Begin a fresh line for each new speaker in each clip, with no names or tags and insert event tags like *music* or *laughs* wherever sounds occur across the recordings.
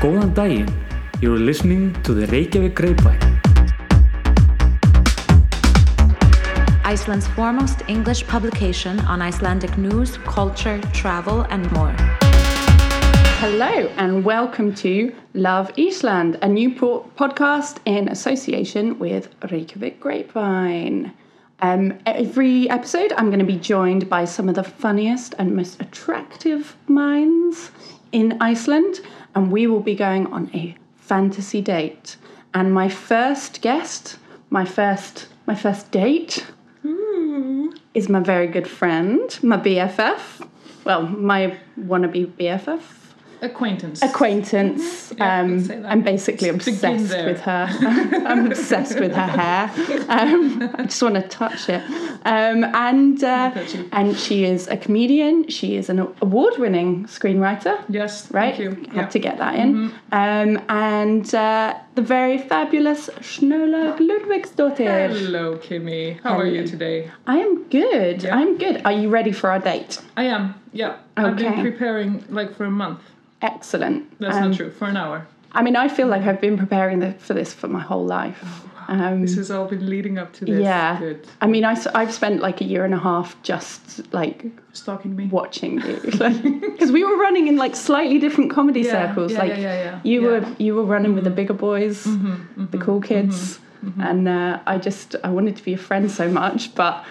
Góðan daginn. You're listening to the Reykjavík Grapevine.
Iceland's foremost English publication on Icelandic news, culture, travel, and more.
Hello and welcome to Love Iceland, a new po- podcast in association with Reykjavik Grapevine. Um, every episode, I'm going to be joined by some of the funniest and most attractive minds in Iceland, and we will be going on a fantasy date. And my first guest, my first, my first date, is my very good friend, my BFF. Well, my wannabe BFF
acquaintance.
acquaintance.
Yeah,
um,
I'd say that.
I'm basically obsessed
there.
with her. *laughs* I'm obsessed with her hair. Um, I just want to touch it. Um, and uh,
you.
and she is a comedian. She is an award-winning screenwriter.
yes,
Right,
Thank you. Mm-hmm.
had to get that in. Um, and uh, the very fabulous Snolaug Ludwigsdottir.
Hello, Kimmy. How are you today?
I am good.
Yeah.
I'm good. Are you ready for our date?
I am. Yeah, I've
Okay.
been preparing like for a month.
Excellent.
That's
Um,
not true. For an hour.
I mean, I feel like I've been preparing the, for this for my whole life. Um,
Oh, This has all been leading up to this.
Yeah.
Good.
I mean, I, have spent like a year and a half just like
Stalking me.
watching you,
*laughs*
because we were running in like slightly different comedy
Yeah,
circles.
yeah,
like
yeah, yeah, yeah.
you
Yeah. Mm-hmm.
were you were running with the bigger boys, the cool kids, and uh, I just I wanted to be a friend so much, but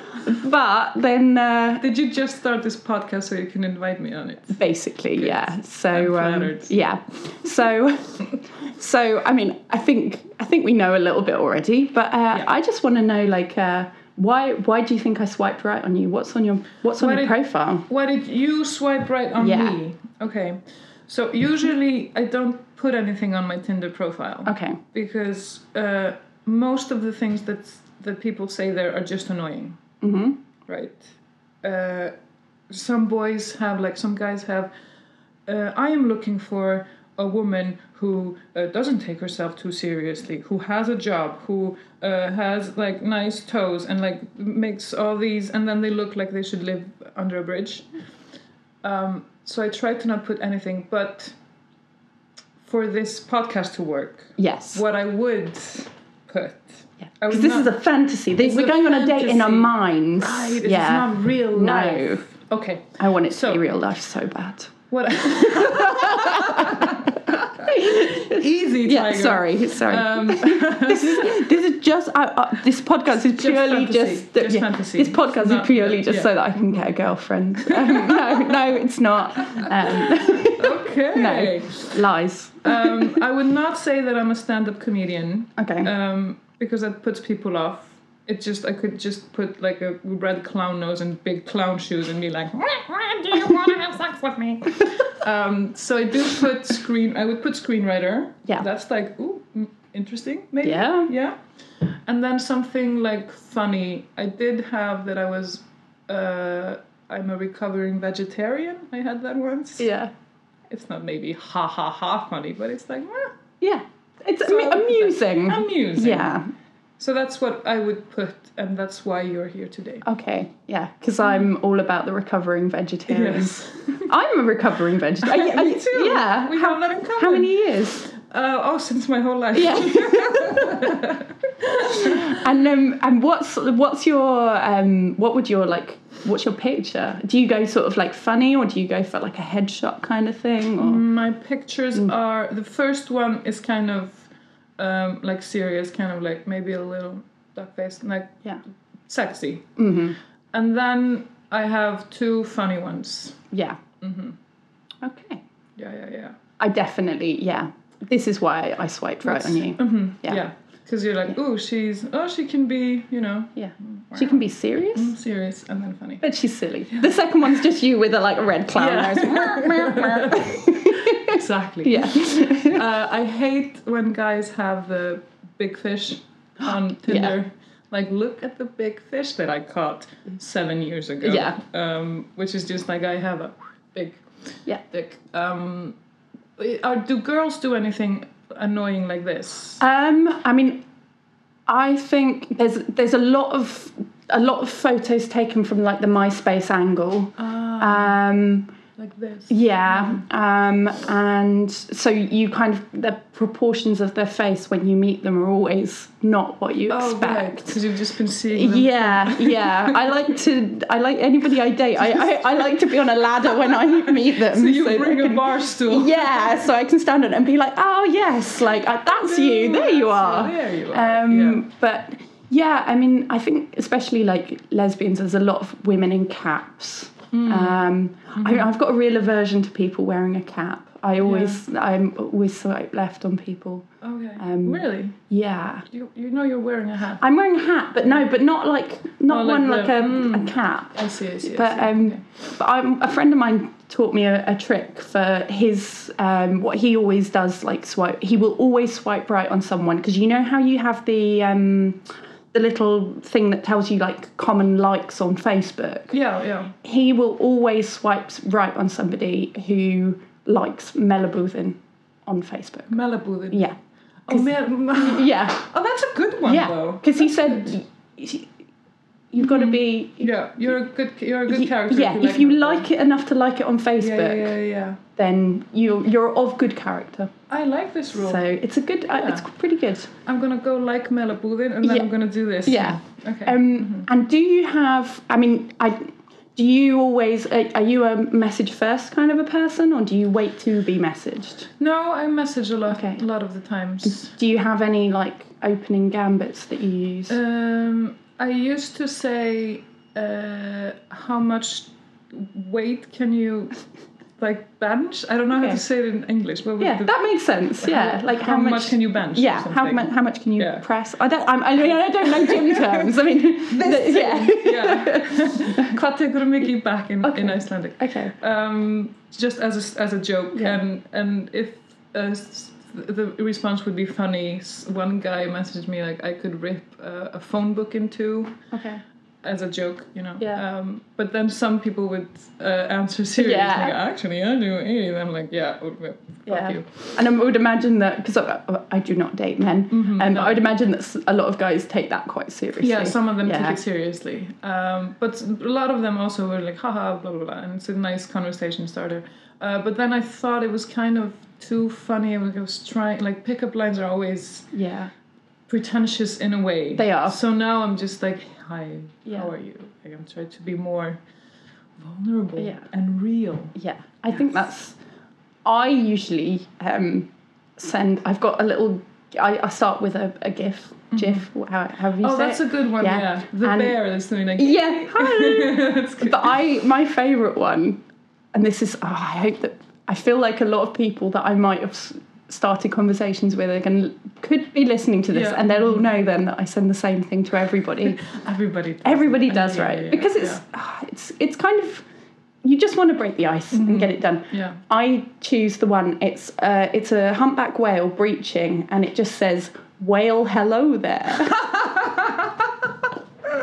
but then uh,
Did you just start this podcast so you can invite me on it?
basically yeah. So
I'm
um,
flattered.
yeah, so *laughs* so I mean, I think I think we know a little bit already, but uh, I just want to know like. Uh, why, why do you think I swiped right on you? What's on your What's on
Why
your
did-
profile?
Why did you swipe right on
Yeah.
me? Okay. So usually I don't put anything on my Tinder profile.
Okay.
because uh, most of the things that that people say there are just annoying, mm-hmm. right? Uh, some boys have like some guys have. Uh, I am looking for a woman who uh, doesn't take herself too seriously, who has a job, who uh, has like nice toes, and like makes all these, and then they look like they should live under a bridge. Um, so I try to not put anything, but for this podcast to work,
Yes.
what I would put. I
Because
would
this is
not-
a fantasy. This,
It's
we're
a
going on a date in our
fantasy.
minds.
Right, it's
yeah.
not real
No.
life. Okay.
I want it to
So-
be real life so bad.
What? *laughs* Easy.
Yeah,
Tiger.
sorry, sorry.
Um,
this is
*laughs*
this is just I, I, this podcast is purely
fantasy,
just,
just
yeah,
fantasy.
This podcast
It's
is
not-
purely just
yeah.
so that I can get a girlfriend. *laughs* Um, no, no, it's not. Um, *laughs*
okay.
lies.
Um, I would not say that I'm a stand-up comedian
Okay.
um, because that puts people off. It just I could just put like a red clown nose and big clown shoes and be like,
Do you want to
*laughs*
have sex with me?
um, so I do put screen. I would put screenwriter.
Yeah.
That's like ooh, mm, interesting. Maybe.
Yeah.
Yeah. And then something like funny. I did have that. I was. Uh, I'm a recovering vegetarian. I had that once.
yeah.
It's not maybe ha ha ha funny, but it's like ah,
Yeah. It's
So-
amu- amusing.
amusing.
yeah.
So that's what I would put, and that's why you're here today.
Okay. Yeah. Because I'm all about the recovering vegetarian.
Yes.
I'm a recovering vegetarian.
*laughs* Me too.
Um, Yeah.
We have that in common.
How many years?
Uh, oh, since my whole life.
Yeah. *laughs* and um, and what's what's your um, what would your like what's your picture? Do you go sort of like funny or do you go for like a headshot kind of thing? Or
*laughs* My pictures
Mm.
are the first one is kind of um, like serious, kind of like maybe a little duck faced, like
yeah,
sexy.
Mm-hmm.
And then I have two funny ones.
yeah. Mm-hmm. Okay,
Yeah, yeah, yeah.
I definitely yeah. This is why I swiped right on you. Yeah.
Yeah, because you're like, oh, she's oh, she can be, you know,
Yeah, she can be serious.
Mm. serious and then
*laughs*
funny.
But she's silly. The second one's just you with a like red clown
Yeah.
nose.
Exactly.
*laughs* yeah.
Uh, I hate when guys have the
*gasps*
big fish on Tinder. Like, look at the big fish that I caught seven years ago.
Yeah.
Um, which is just like I have a big
Yeah.
dick. Um, are, do girls do anything annoying like this?
Um, I mean, I think there's there's a lot Uh, of a lot of photos taken from like the MySpace angle. Um,
Uh, like this.
Yeah, um, and so you kind of the proportions of their face when you meet them are always not what you expect.
Because Oh, you've just been seeing them.
Yeah, yeah. I like to. I like anybody I date. I, I, I like to be on a ladder when
*laughs*
I meet them.
So you
that
bring
I
a
can-
bar stool.
Yeah, so I can stand on it and be like, oh yes, like uh, that's you. There you are.
There you are.
Um, But yeah, I mean, I think especially like lesbians, there's a lot of women in caps. Um, I, I've got a real aversion to people wearing a cap. I always, I'm always swipe left on people.
yeah. Okay.
um,
really?
Yeah,
You, you know you're wearing a hat.
I'm wearing a hat, but no, but not like not
Oh, like
one
the-
like hmm. a,
mm.
a cap.
I see, I see. I
But
see.
um,
Okay.
but I'm, a friend of mine taught me a, a trick for his um, what he always does. Like swipe, he will always swipe right on someone because you know how you have the um, the little thing that tells you like common likes on Facebook.
Yeah, yeah.
He will always swipe right on somebody who likes Melabuthin on Facebook.
Malibu. then.
Yeah,
Oh, Mel-
yeah,
*laughs* oh, that's a good one,
yeah.
though.
Because he said. y- y- You've got to be
Yeah, you're a good, you're a Hmm. good
Y-
character.
Yeah, if you like it enough to like it on Facebook,
Yeah, yeah, yeah, yeah.
then you you're of good character.
I like this rule.
So it's a good, uh, it's
Yeah.
pretty good.
I'm gonna go like Malibu then, and then
Yeah.
I'm gonna do this.
Yeah.
Okay.
Um, and do you have? I mean, I do you always are, are you a message first kind of a person, or do you wait to be messaged?
no, I message a lot,
Okay.
a lot of the times.
Do you have any like opening gambits that you use?
Um, I used to say, uh, how much weight can you, like, bench? I don't know how
Okay.
to say it in English. But
yeah, that makes sense. Yeah, like how,
much, can you bench? or
Yeah, how,
something?
mu- how much can you
Yeah.
press? I don't. I'm, I mean, I don't know
*laughs*
gym terms. I mean, the- *laughs* yeah.
yeah. Kategormiki back in, in
Okay.
Icelandic.
Okay.
Um, just as a, as a joke,
Yeah.
and and if uh, s- the response would be funny, s- one guy messaged me like I could rip uh, a phone book in two
Okay.
as a joke, you know.
Yeah.
Um, but then some people would uh, answer *laughs* seriously.
Yeah.
Like, Actually, I do eat. I'm like, yeah, w- w- fuck
Yeah.
you.
And I would imagine that because I, I do not date men, um, I would imagine that s- a lot of guys take that quite seriously.
Mm-hmm, Yeah, some of them
Yeah.
take it seriously. Um, but a lot of them also were like, haha, blah, blah, blah. And it's a nice conversation starter. Uh, but then I thought it was kind of too funny. and I was trying, like, pickup lines are always
Yeah,
pretentious in a way.
They are.
So now I'm just like, hi,
Yeah.
how are you? Like, I'm trying to be more vulnerable
Yeah.
and real.
yeah. I think that's. I usually um, send. I've got a little. I, I start with a, a GIF. GIF. How, however you
Mm-hmm. Oh,
say
that's
it.
a good one,
Yeah.
yeah. The
And-
bear is doing *laughs* like,
Yeah. hi.
That's good.
but I my favourite one, and this is oh, I hope that I feel like a lot of people that I might have s- started conversations with are going could be listening to this,
Yeah.
and they'll all know then that I send the same thing to everybody.
Everybody does.
Everybody does,
*laughs* Yeah,
right?
yeah,
because
yeah.
it's ah, it's it's kind of you just want to break the ice and get it done.
Mm-hmm. Yeah.
I choose the one. It's uh, it's a humpback whale breaching, and it just says whale hello there.
*laughs*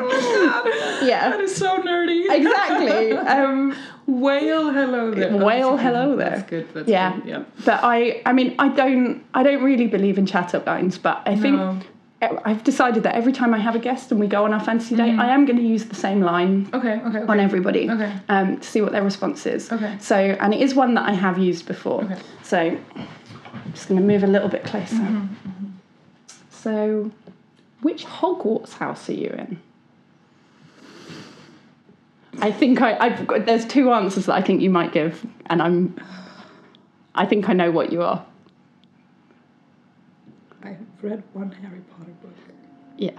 That
yeah,
is so nerdy.
*laughs* exactly. Um,
Whale, hello there.
Whale,
That's-
hello there.
That's good. That's
yeah.
good. Yeah.
but I I mean I don't I don't really believe in chat up lines, but I think. e,
No.
I've decided that every time I have a guest and we go on our fantasy date,
Mm.
I am going to use the same line.
Okay. Okay. okay.
on everybody
Okay.
um, to see what their response is.
Okay.
So, and it is one that I have used before.
Okay.
So, I'm just going to move a little bit closer.
Mm-hmm,
So, which Hogwarts house are you in? I think I, I've got, there's two answers that I think you might give, and I'm. I think I know what you are.
I have read one Harry Potter book.
Yeah.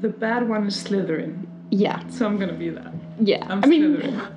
The bad one is Slytherin,
Yeah.
so I'm gonna be that.
Yeah.
I'm
I mean,
Slytherin.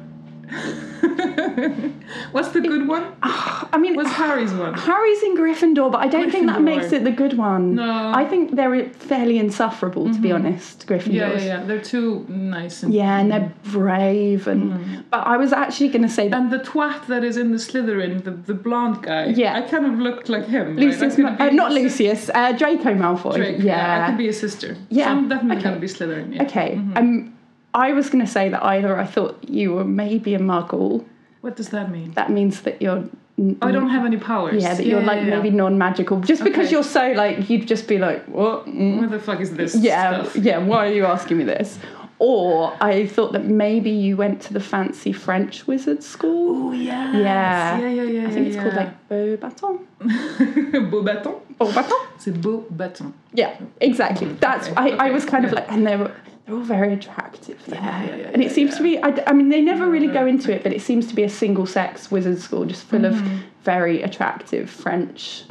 *laughs* What's the good one?
I mean,
What's Harry's one?
Harry's in Gryffindor, but I don't think that
Gryffindor.
makes it the good one.
No. Mm-hmm.
I think they're fairly insufferable, to be honest, Gryffindors.
Yeah, yeah, yeah. They're too nice. And,
Yeah, and they're brave, and but I was actually going to say that.
Mm. and the twat that is in the Slytherin, the, the blonde guy.
Yeah.
I kind of looked like him. right?
*laughs*
I
Lucius,
could
Ma-
be
uh, not
his
Lucius, uh, Draco Malfoy.
sister.
yeah.
I could be Mm-hmm. a sister.
Yeah,
So I'm definitely
okay.
gonna be Slytherin. Yeah.
okay. Um, I was going to say that either I thought you were maybe a muggle.
What does that mean? Oh,
That means that you're. n-
I don't have any powers.
Yeah, that you're like
yeah.
maybe non-magical, just because
Okay.
you're so like you'd just be like, what? Mm.
What the fuck is this?
Yeah,
stuff?
yeah. Why are you asking me this? Or I thought that maybe you went to the fancy French wizard school.
Oh yeah.
yeah.
Yeah, yeah, yeah.
I think
yeah,
it's called like Beaubaton.
like *laughs* beau bâton.
Beaubaton?
C'est beau bâton.
Yeah, exactly. That's
Mm, okay,
I, I
okay,
was kind of
yeah.
like, and they were they're all very attractive. There.
Yeah, yeah, yeah,
and it
yeah,
seems to be. I, d- I mean, they never really go into it, but it seems to be a single sex wizard school, just full
Mm-hmm.
of very attractive French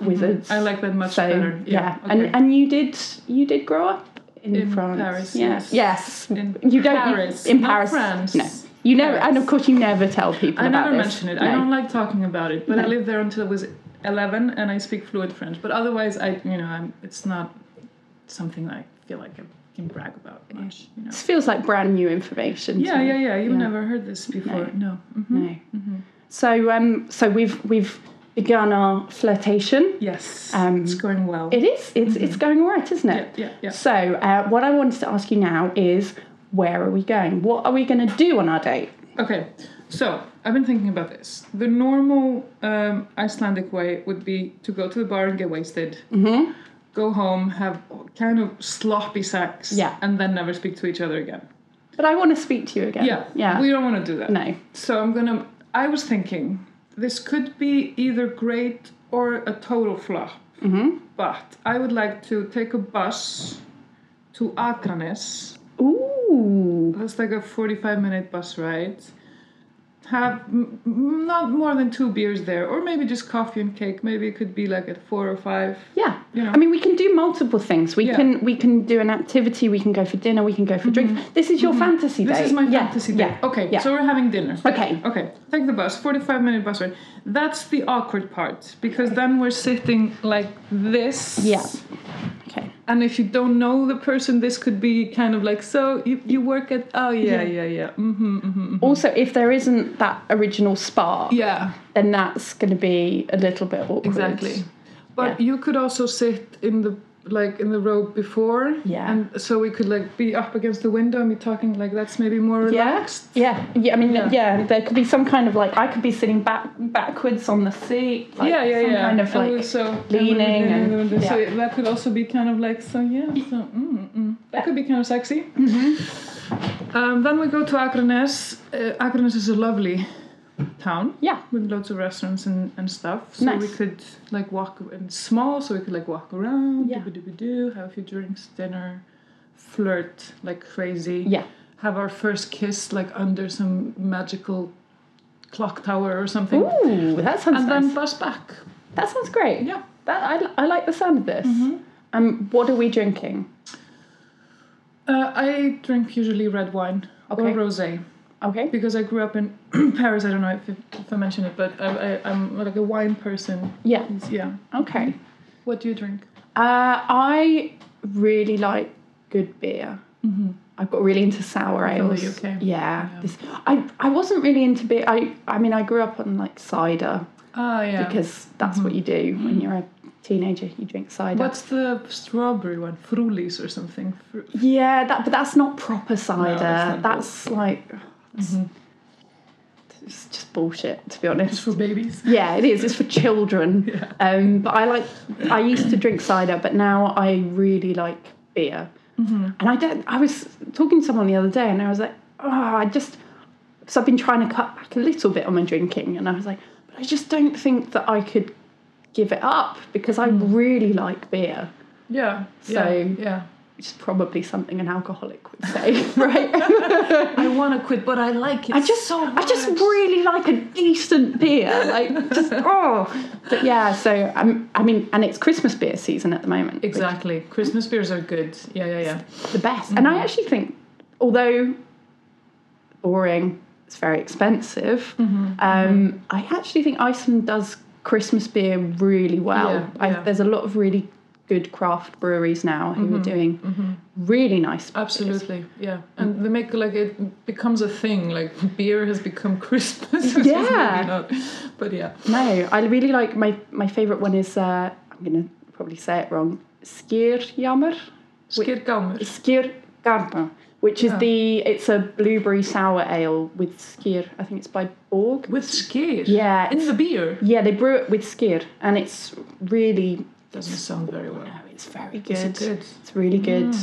wizards.
mm-hmm. I like that much
so,
better. Yeah. okay.
and and you did you did grow up in,
In
France.
Paris,
Yeah.
yes.
Yes.
In
you don't you-
Paris,
in
not
Paris.
France.
No. You never,
Paris.
and of course, you never tell people
I
about
never
this.
mention it. I
No.
don't like talking about it. But I
No.
lived there until I was eleven, and I speak fluent French. But otherwise, I you know, I'm, it's not something I feel like I can brag about much. You know.
This feels like brand new information.
Yeah,
to me.
yeah, yeah. You've
yeah.
never heard this before. No. Mhm.
No. So um, so we've we've begun our flirtation.
Yes.
Um,
it's going well.
It is. It's it's going all right, isn't
Mm-hmm. yeah,
it?
yeah, yeah.
So uh, what I wanted to ask you now is, where are we going? What are we going to do on our date?
Okay, so I've been thinking about this. The normal um, Icelandic way would be to go to the bar and get wasted,
Mm-hmm.
go home, have kind of sloppy sex,
Yeah.
and then never speak to each other again.
But I want to speak to you again.
Yeah,
Yeah.
We don't want to do that.
no.
So I'm gonna. I was thinking this could be either great or a total flop.
Mm-hmm.
But I would like to take a bus to Akranes.
Ooh.
That's like a 45 minute bus ride. Have m- m- not more than two beers there, or maybe just coffee and cake. Maybe it could be like at four or five.
Yeah.
Yeah.
I mean, we can do multiple things. We
Yeah. Mm-hmm.
can we can do an activity. We can go for dinner. We can go for drinks. This is your fantasy
This
date.
is my
Yeah,
fantasy day.
Yeah.
Okay,
Yeah.
so we're having dinner.
okay.
Okay, take the bus, 45 minute bus ride. That's the awkward part because then we're sitting like this.
Yeah. Okay.
And if you don't know the person, this could be kind of like, so you, you work at, oh yeah, yeah, yeah. Mm-hmm, mm-hmm.
Also, if there isn't that original spark,
Yeah.
then that's going to be a little bit awkward.
exactly but
Yeah.
you could also sit in the like in the row before
Yeah.
and so we could like be up against the window and be talking like that's maybe more
Yeah.
relaxed
Yeah. Yeah. I mean,
Yeah.
yeah. There could be some kind of like I could be sitting back backwards on the seat. Like,
yeah, yeah,
some
yeah.
Kind of
And
like
we- so
leaning and-
and, we- so
yeah.
that could also be kind of like so. Yeah, so mm, mm. that could be kind of sexy.
Mm-hmm.
Um, then we go to Akranes. Uh, Akranes is a lovely town.
Yeah.
with loads of restaurants and, and stuff. So we
Nice.
could like walk and it's small, so we could like walk around,
Yeah.
do, have a few drinks, dinner, flirt like crazy.
yeah.
Have our first kiss like under some magical clock tower or something.
Ooh, that sounds
And
nice.
then bus back.
that sounds great.
Yeah.
That I, li- I like the sound of this.
Mm-hmm.
Um, what are we drinking?
Uh, I drink usually red wine or
Okay.
rosé
Okay.
because I grew up in *clears throat* Paris. I don't know if, if I mentioned it, but I, I, I'm like a wine person.
Yeah.
Yeah.
Okay.
What do you drink?
Uh, I really like good beer. I've got really into sour
Mm-hmm. feel
ales.
you, okay.
Yeah, This, I I wasn't really into beer. I I mean I grew up on like cider
Ah, yeah. Mm-hmm.
because that's what you do when you're a teenager. You drink cider.
What's the strawberry one? Frulis or something? Fr-
Yeah, that but that's not proper cider.
not good. Mm-hmm.
that's like it's, it's just bullshit to be honest.
for babies.
Yeah, it is. It's for children. Um, but I like. I used to drink cider, but now I really like beer. And I don't. I was talking to someone the other day, and I was like, oh, I just. So I've been trying to cut back a little bit on my drinking, and I was like, but I just don't think that I could give it up because I really like beer.
Yeah.
So-
yeah, yeah.
Which is probably something an alcoholic would say, *laughs* right?
I want to quit, but I like it.
I just I just really like a decent beer, like
*laughs*
just oh. But yeah, so um, I mean, and it's Christmas beer season at the moment. which
exactly. Christmas beers are good. Yeah, yeah, yeah.
is the best. And
Mm-hmm.
I actually think, although boring, it's very expensive.
Mm-hmm.
Um, I actually think Iceland does Christmas beer really well.
Yeah,
I,
yeah. Mm-hmm.
There's a lot of really good craft breweries now who are doing really nice. beers.
Absolutely, yeah. And they make like it becomes a thing. Like beer has become *laughs* Christmas. which is
Yeah.
maybe not, but yeah.
No, I really like my my favourite one is uh, I'm gonna probably say it wrong. Skierjammer,
Skirkammer.
Skiergarten, which is
Yeah.
the it's a blueberry sour ale with skier. I think it's by Borg.
With skir.
Yeah,
In
it's-
the beer.
Yeah, they brew it with skier, and it's really oh,
Doesn't sound very well.
it's very
Is
good.
it good? Mm.
It's really good.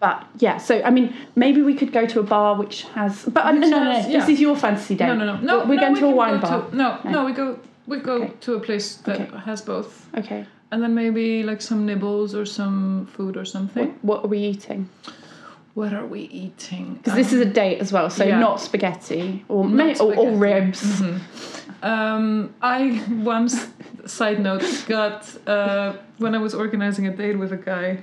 But yeah, so I mean, maybe we could go to a bar which has. But uh, no, no, no,
has-
this
yeah.
is your fantasy day.
No, no, no, no.
We're
no,
going
we
to a
can
wine
go
bar.
to- no,
No.
no, we go we go
Okay.
to a place that
Okay.
has both,
Okay.
and then maybe like some nibbles or some food or something.
What, what are we eating?
What, are we eating? Um,
Because this is a date as well, so
yeah.
not spaghetti or may
Not
Or, or
spaghetti. Mm-hmm.
ribs.
Um, I *laughs* once, side note, got uh, when I was organizing a date with a guy.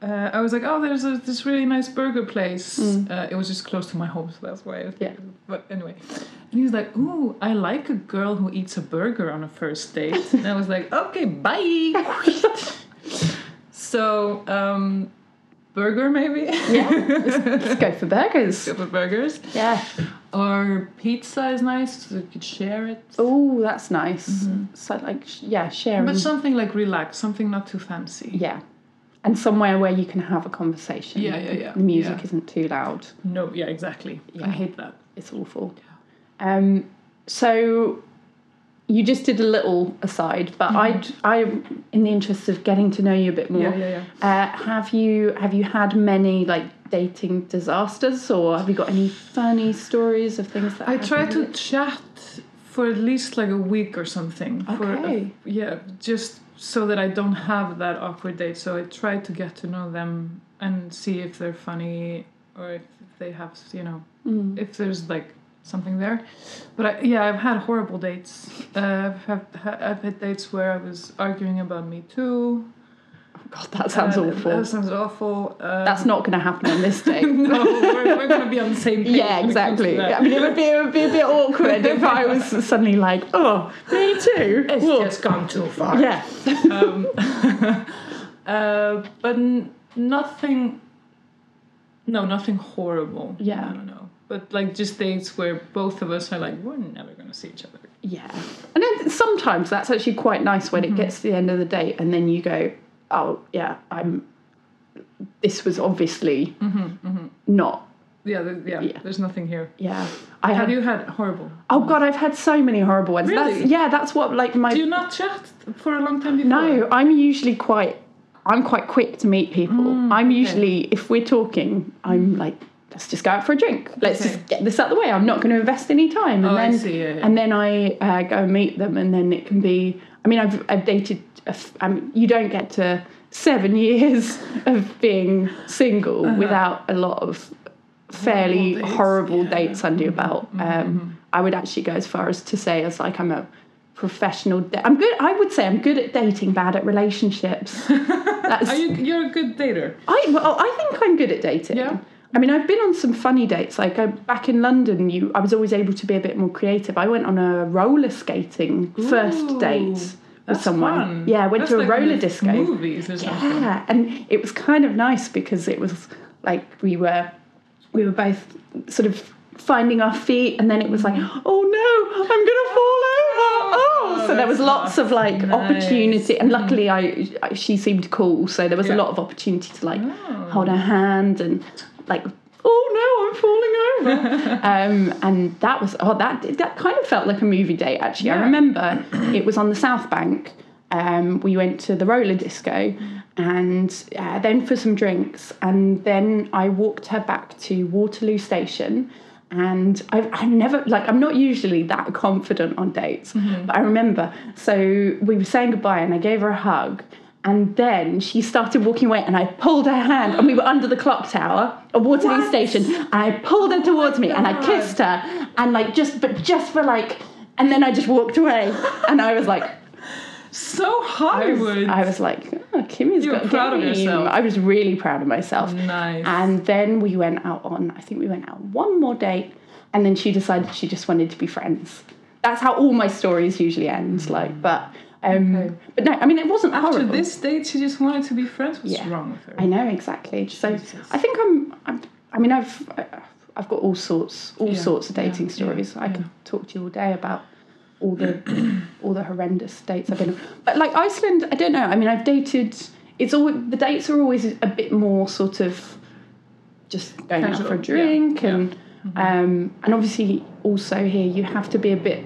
Uh, I was like, oh, there's a, this really nice burger place. Uh, it was just close to my home, so that's why. I
Mm. Yeah.
But anyway, and he was like, ooh, I like a girl who eats a burger on a first date. and I was
*laughs*
like, okay, bye. *laughs* so, um, burger
*laughs*
maybe.
Let's go for burgers.
*laughs* Go for burgers
Yeah.
or pizza is nice. So you could share it.
Oh, that's nice. So like, sh- yeah, sharing.
Mm-hmm. But something like relaxed, something not too fancy.
yeah. And somewhere where you can have a conversation.
Yeah, yeah, yeah.
The music
Yeah.
isn't too loud.
No, yeah, exactly. I hate that.
It's awful. Um, so you just did a little aside, but I, I, in the interest of getting to know you a bit more,
Mm-hmm. Yeah, yeah,
Uh, have you have you had many like dating disasters, or have you got any funny stories of things that
I
happened?
tried to chat for at least like a week or something. For
Okay.
a, yeah, just so that I don't have that awkward date. So I try to get to know them and see if they're funny or if they have, you know, if there's like something there. But I, yeah, I've had horrible dates. Uh, I've, had, I've had dates where I was arguing about Me Too.
God, that sounds
Uh,
awful.
That sounds awful. Uh,
That's not going to happen on this day.
*laughs* no, we're, we're going to be on the same page.
Yeah,
when it comes to
exactly. I
that.
mean, it would be it would be a bit awkward if I was
*laughs*
suddenly like, oh, me too.
It's
Whoa.
just gone too far.
yeah,
Um, uh, but n- nothing. No, nothing horrible.
Yeah.
I don't know. But like just dates where both of us are like, we're never going to see each other.
yeah. And then sometimes that's actually quite nice when
Mm-hmm.
it gets to the end of the date, and then you go, oh yeah, I'm. This was obviously
Mm-hmm,
not.
Yeah, there, yeah,
Yeah.
There's nothing here.
Yeah, I
Have
had.
you had horrible?
oh god, I've had so many horrible ones. That's,
Really?
yeah, that's what like my.
Do you not chat for a long time before?
No, I'm usually quite I'm quite quick to meet people.
Mm,
I'm usually if we're talking, I'm like let's just go out for a drink. Let's
Okay.
just get this out the way. I'm not going to invest any time. And
Oh, I
then
see, yeah, yeah.
and then I uh, go and meet them and then it can be I mean I've I've dated a f- I mean, you don't get to 7 *laughs* years of being single
Uh-huh.
without a lot of fairly
Horrible
horrible
dates,
dates,
yeah. Mm-hmm.
under your belt. Um, I would actually go as far as to say as like I'm a professional. Da- I'm good. I would say I'm good at dating, bad at
*laughs*
relationships. That's
Are you? You're a good dater.
I well, I think I'm good at dating.
Yeah.
I mean, I've been on some funny dates. Like I, back in London, you I was always able to be a bit more creative. I went on a roller skating first
Ooh,
date with
That's
someone.
fun.
Yeah, I went
That's
to a
like
roller
with
disco.
Movies or something.
Yeah, and it was kind of nice because it was like we were we were both sort of finding our feet and then it was like
Mm-hmm.
oh no i'm gonna fall over oh, so there was
that's
lots of like
nice. Mm-hmm.
opportunity and luckily I, I she seemed cool so there was
Yeah. Oh.
a lot of opportunity to like hold her hand and like oh no i'm
*laughs*
falling over um, and that was oh that that kind of felt like a movie date actually i
Yeah.
remember it was on the south bank um, we went to the roller disco and uh, then for some drinks and then i walked her back to waterloo station and I've, I've never like i'm not usually that confident on dates but i remember so we were saying goodbye and i gave her a hug and then she started walking away, and I pulled her hand, and we were under the clock tower, a Waterloo station. And I pulled her towards me, and I kissed her, and like just, but just for like, and then I just walked away, and I was like,
So
I was,
Hollywood.
I was like, oh, Kimmy's
You were
got
proud of
game."
yourself.
I was really proud of myself.
Nice.
And then we went out on, I think we went out one more date, and then she decided she just wanted to be friends. That's how all my stories usually end, like, but. Um, But no, I mean it wasn't
After
horrible.
this date, she just wanted to be friends. What's
Yeah.
wrong with her?
I know exactly. So
Jesus.
I think I'm, I'm. I mean, I've I've got all sorts, all
Yeah,
sorts of
yeah,
dating
yeah,
stories. I
yeah.
could talk to you all day about all
*clears throat*
the all the horrendous dates I've been on. But like Iceland, I don't know. I mean, I've dated. It's all the dates are always a bit more sort of just going out for
Casual,
a
yeah,
drink
yeah. Mm-hmm.
and um, and obviously also here you have to be a bit.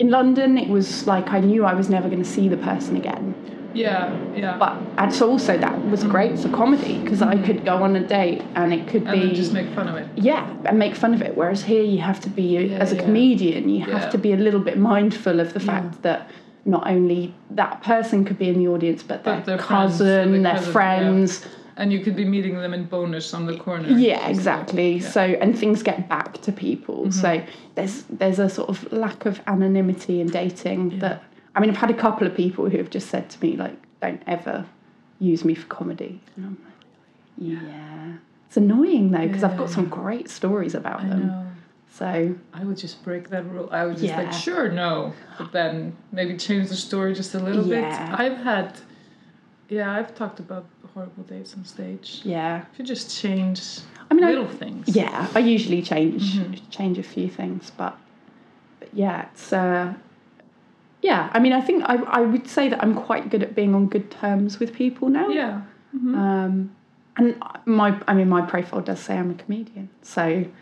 In London, it was like I knew I was never going to see the person again.
Yeah, yeah.
But and so also that was
Mm-hmm.
great for comedy because I could go on a date and it could
and
be
then just make fun of it.
yeah and make fun of it. Whereas here you have to be as a
yeah.
comedian, you have
Yeah.
to be a little bit mindful of the fact that not only that person could be in the audience, but their
But their friends,
cousin,
their
their
cousin, yeah.
friends.
And you could be meeting them in bonus on the corner.
Yeah, exactly. So and things get back to people. So
Mm-hmm.
there's there's a sort of lack of anonymity in dating that I mean I've had a couple of people who have just said to me like don't ever use me for comedy. And I'm like yeah. It's annoying though because I've got some great stories about
I
them.
know.
So
I would just break that rule. I would just
Um, Yeah.
like, sure, no, but then maybe change the story just a little
Yeah.
bit. I've had, yeah, I've talked about horrible dates on stage.
yeah.
If you just change
I mean, I-
little things.
Yeah, I usually change
Mm-hmm.
change a few things, but, but yeah, it's uh, yeah. I mean, I think I, I would say that I'm quite good at being on good terms with people now.
Yeah.
Um, and my I mean, my profile does say I'm a comedian, so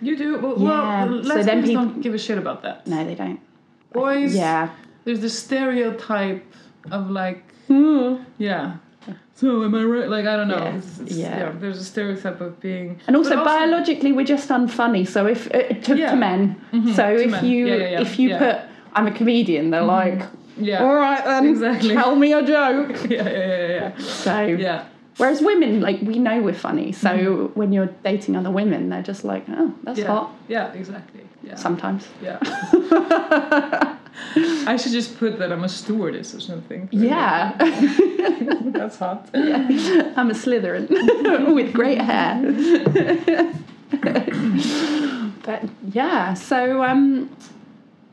You do. Well,
Yeah.
well
So
lesbians
then people-
don't give a shit about that.
no, they don't.
Boys,
Yeah,
there's this stereotype of like, Hmm. yeah. So am I right? Like, I don't know.
Yeah.
It's- it's-
Yeah.
There's a stereotype of being.
and also,
but
biologically, we're just unfunny. So if uh, to,
Yeah. Mm-hmm.
to men, so if
men.
you
Yeah, yeah, yeah.
if you
Yeah. Mm-hmm.
put I'm a comedian, they're like,
Yeah.
all right then,
Exactly.
tell me a joke.
*laughs* yeah, yeah, yeah, yeah.
So
Yeah.
Whereas women, like we know we're funny, so when you're dating other women, they're just like, oh, that's
Mm-hmm. Yeah.
hot
Yeah, exactly. Yeah.
sometimes. *laughs*
Yeah. I should just put that I'm a stewardess or something.
Yeah,
*laughs*
*laughs*
That's hot.
I'm a Slytherin *laughs* with great hair. but yeah, so um,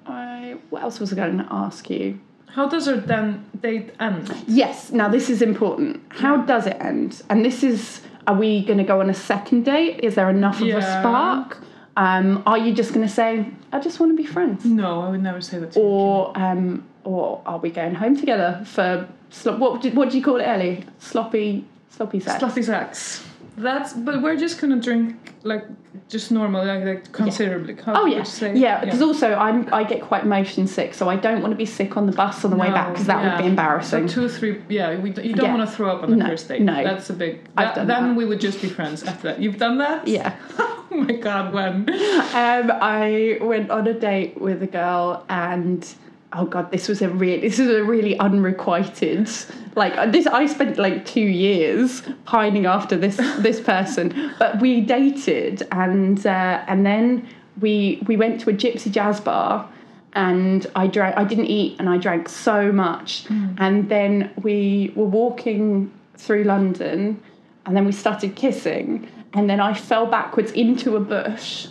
I, what else was I going to ask you?
How does our dan- date end?
Yes, now this is important. How does it end? And this is are we going to go on a second date? Is there enough of a
Yeah.
spark? Um, are you just going to say, I just want to be friends?
No, I would never say that to you.
or um, or are we going home together for slop? What do, what do you call it, Ellie? Sloppy, sloppy sex.
Sloppy sex. That's but we're just gonna drink like just normal, like, like considerably. How
Oh
would
yeah,
you say-
yeah. Because also I'm I get quite motion sick, so I don't want to be sick on the bus on the way
No,
back because that
yeah.
would be embarrassing.
So two, three, yeah. We, don't- you don't
Yeah.
want to throw up on the
No,
first date.
no.
that's a big.
I've
that-
done
then
that.
we would just be friends after that. You've done that.
yeah.
*laughs* oh my god, when?
Um, I went on a date with a girl and oh god, this was a real this is a really unrequited like uh, this I spent like two years pining after this this person. But we dated and uh, and then we we went to a gypsy jazz bar and I drank I didn't eat and I drank so much. And then we were walking through London and then we started kissing and then I fell backwards into a bush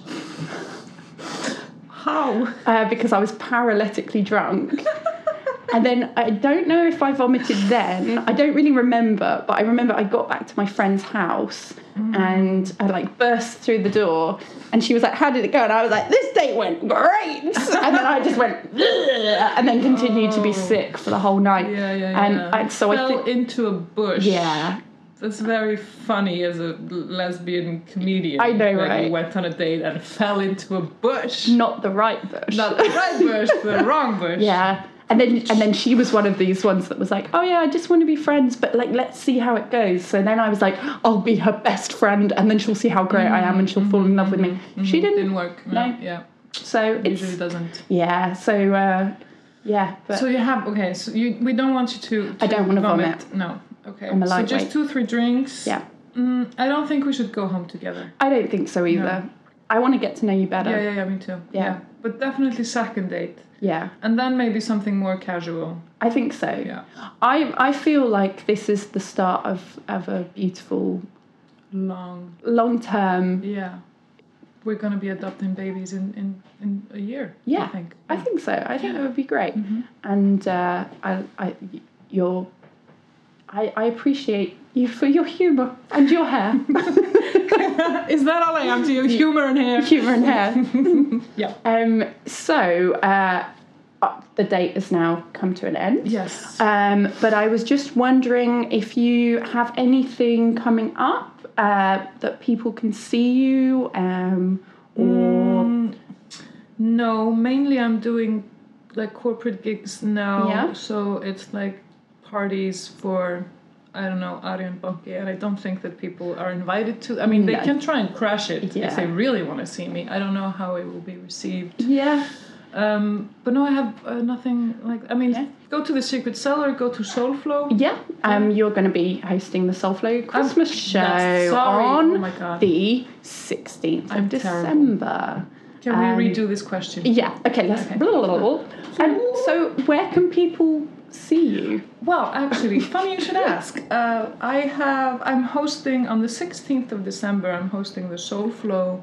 How?
uh, because I was paralytically
*laughs*
drunk. and then I don't know if I vomited then. I don't really remember, but I remember I got back to my friend's house
Mm.
and I like burst through the door and she was like, How did it go? And I was like, This date went great. and then I just went "Ugh," and then continued to be sick for the whole night.
Oh. Yeah, yeah,
And
yeah.
I, so
fell
I think.
into a bush.
Yeah,
That's very funny as a lesbian comedian.
I know,
that
right?
You went on a date and fell into a bush.
*laughs* not the right bush.
Not the right bush, the wrong bush.
Yeah. And then and then she was one of these ones that was like, Oh yeah, I just want to be friends, but like let's see how it goes. So then I was like, I'll be her best friend and then she'll see how great I am and she'll fall in love with me.
Mm-hmm.
She didn't,
Didn't work.
No.
Yeah.
so
Usually
it's
doesn't.
yeah, so uh yeah, but
So you have okay. So you we don't want you to.
I don't
want
wanna
to
vomit.
No. Okay.
I'm a
so just
lightweight.
two three drinks.
yeah.
Mm, I don't think we should go home together.
I don't think so either. I want to get to know you better.
Yeah, yeah, yeah. Me too. But definitely second date,
yeah.
and then maybe something more casual.
I think so.
Yeah.
I I feel like this is the start of of a beautiful
Long.
long term
Yeah. We're gonna be adopting babies in in, in a year.
Yeah,
I think. Mm-hmm.
I think so. I think that would be great. And uh, I, I, your, I, I appreciate you for your humour and your
*laughs*
hair,
Is that all I
*laughs*
am to you? Humor and hair.
humour and hair.
*laughs* Yeah.
Um. So, uh, uh, the date has now come to an end.
Yes.
Um, but I was just wondering if you have anything coming up uh, that people can see you, um, or
Mm. No, mainly I'm doing like corporate gigs now.
Yeah.
So it's like parties for I don't know Aryan Bonke, and I don't think that people are invited to. I mean, they
No.
can try and crash it
Yeah.
if they really want to see me. I don't know how it will be received.
Yeah.
Um, but no, I have uh, nothing like. I mean,
Yeah.
go to the Secret Cellar, go to Soulflow.
Yeah. Um, you're going to be hosting the Soulflow Christmas show
Oh, sorry. Oh
on
my God.
the 16th of
I'm terrible.
December.
Can
Um,
we redo this question?
Yeah. Okay. Let's.
Okay.
Blah, blah, blah, blah. Um, so, where can people see you?
Well, actually, funny you should ask. Uh, I have. I'm hosting on the 16th of December. I'm hosting the Soulflow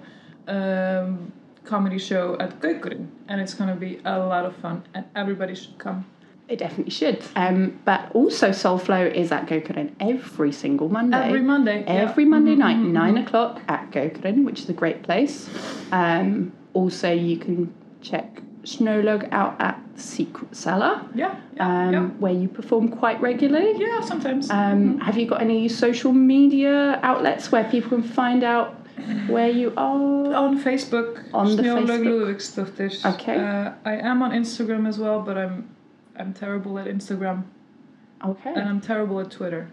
um, comedy show at Gökurin, and it's going to be a lot of fun, and everybody should come.
They definitely should. Um, but also, Soulflow is at Gokurin every single Monday.
Every Monday, yeah. Mm-hmm,
Every Monday night, nine o'clock at Gokurin, which is a great place. Um, also, you can check Snowlog out at Secret Cellar,
Yeah, yeah,
um,
yeah.
where you perform quite regularly.
Yeah, Mm-hmm. sometimes.
Um, have you got any social media outlets where people can find out where you are?
on Facebook,
On the
Snjolaug
Facebook.
Ludoviksdottir.
Okay.
Uh, I am on Instagram as well, but I'm I'm terrible at Instagram and
Okay,
I'm terrible at Twitter.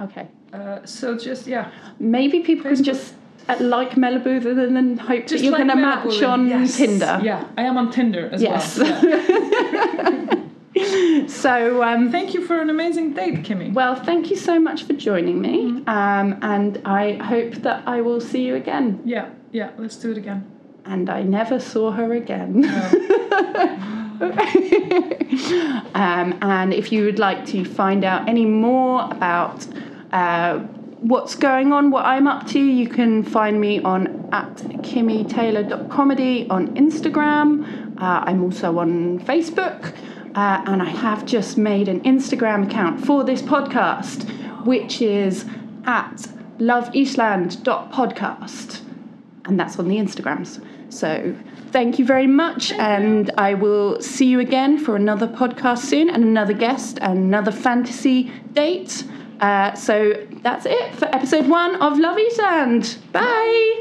okay.
Oh. Uh, so just yeah,
Maybe people can
Facebook.
just uh, like Malibu and then hope
just
that you're
like
going to
Malibu
match
then.
on
Yes.
Tinder.
Yeah, I am on Tinder as
Yes.
well. Yeah.
So, um,
Thank you for an amazing date, Kimmy.
well, thank you so much for joining me,
Mm-hmm.
um, and I hope that I will see you again.
yeah, yeah. Let's do it again.
And I never saw her again. *laughs* um, and if you would like to find out any more about uh, what's going on, what I'm up to, you can find me on at kimmytaylor.comedy on Instagram. Uh, I'm also on Facebook. Uh, and I have just made an Instagram account for this podcast, which is at loveeastland.podcast. And that's on the Instagrams. So thank you very much. and I will see you again for another podcast soon and another guest and another fantasy date. Uh, so that's it for episode one of Love Eastland. Bye.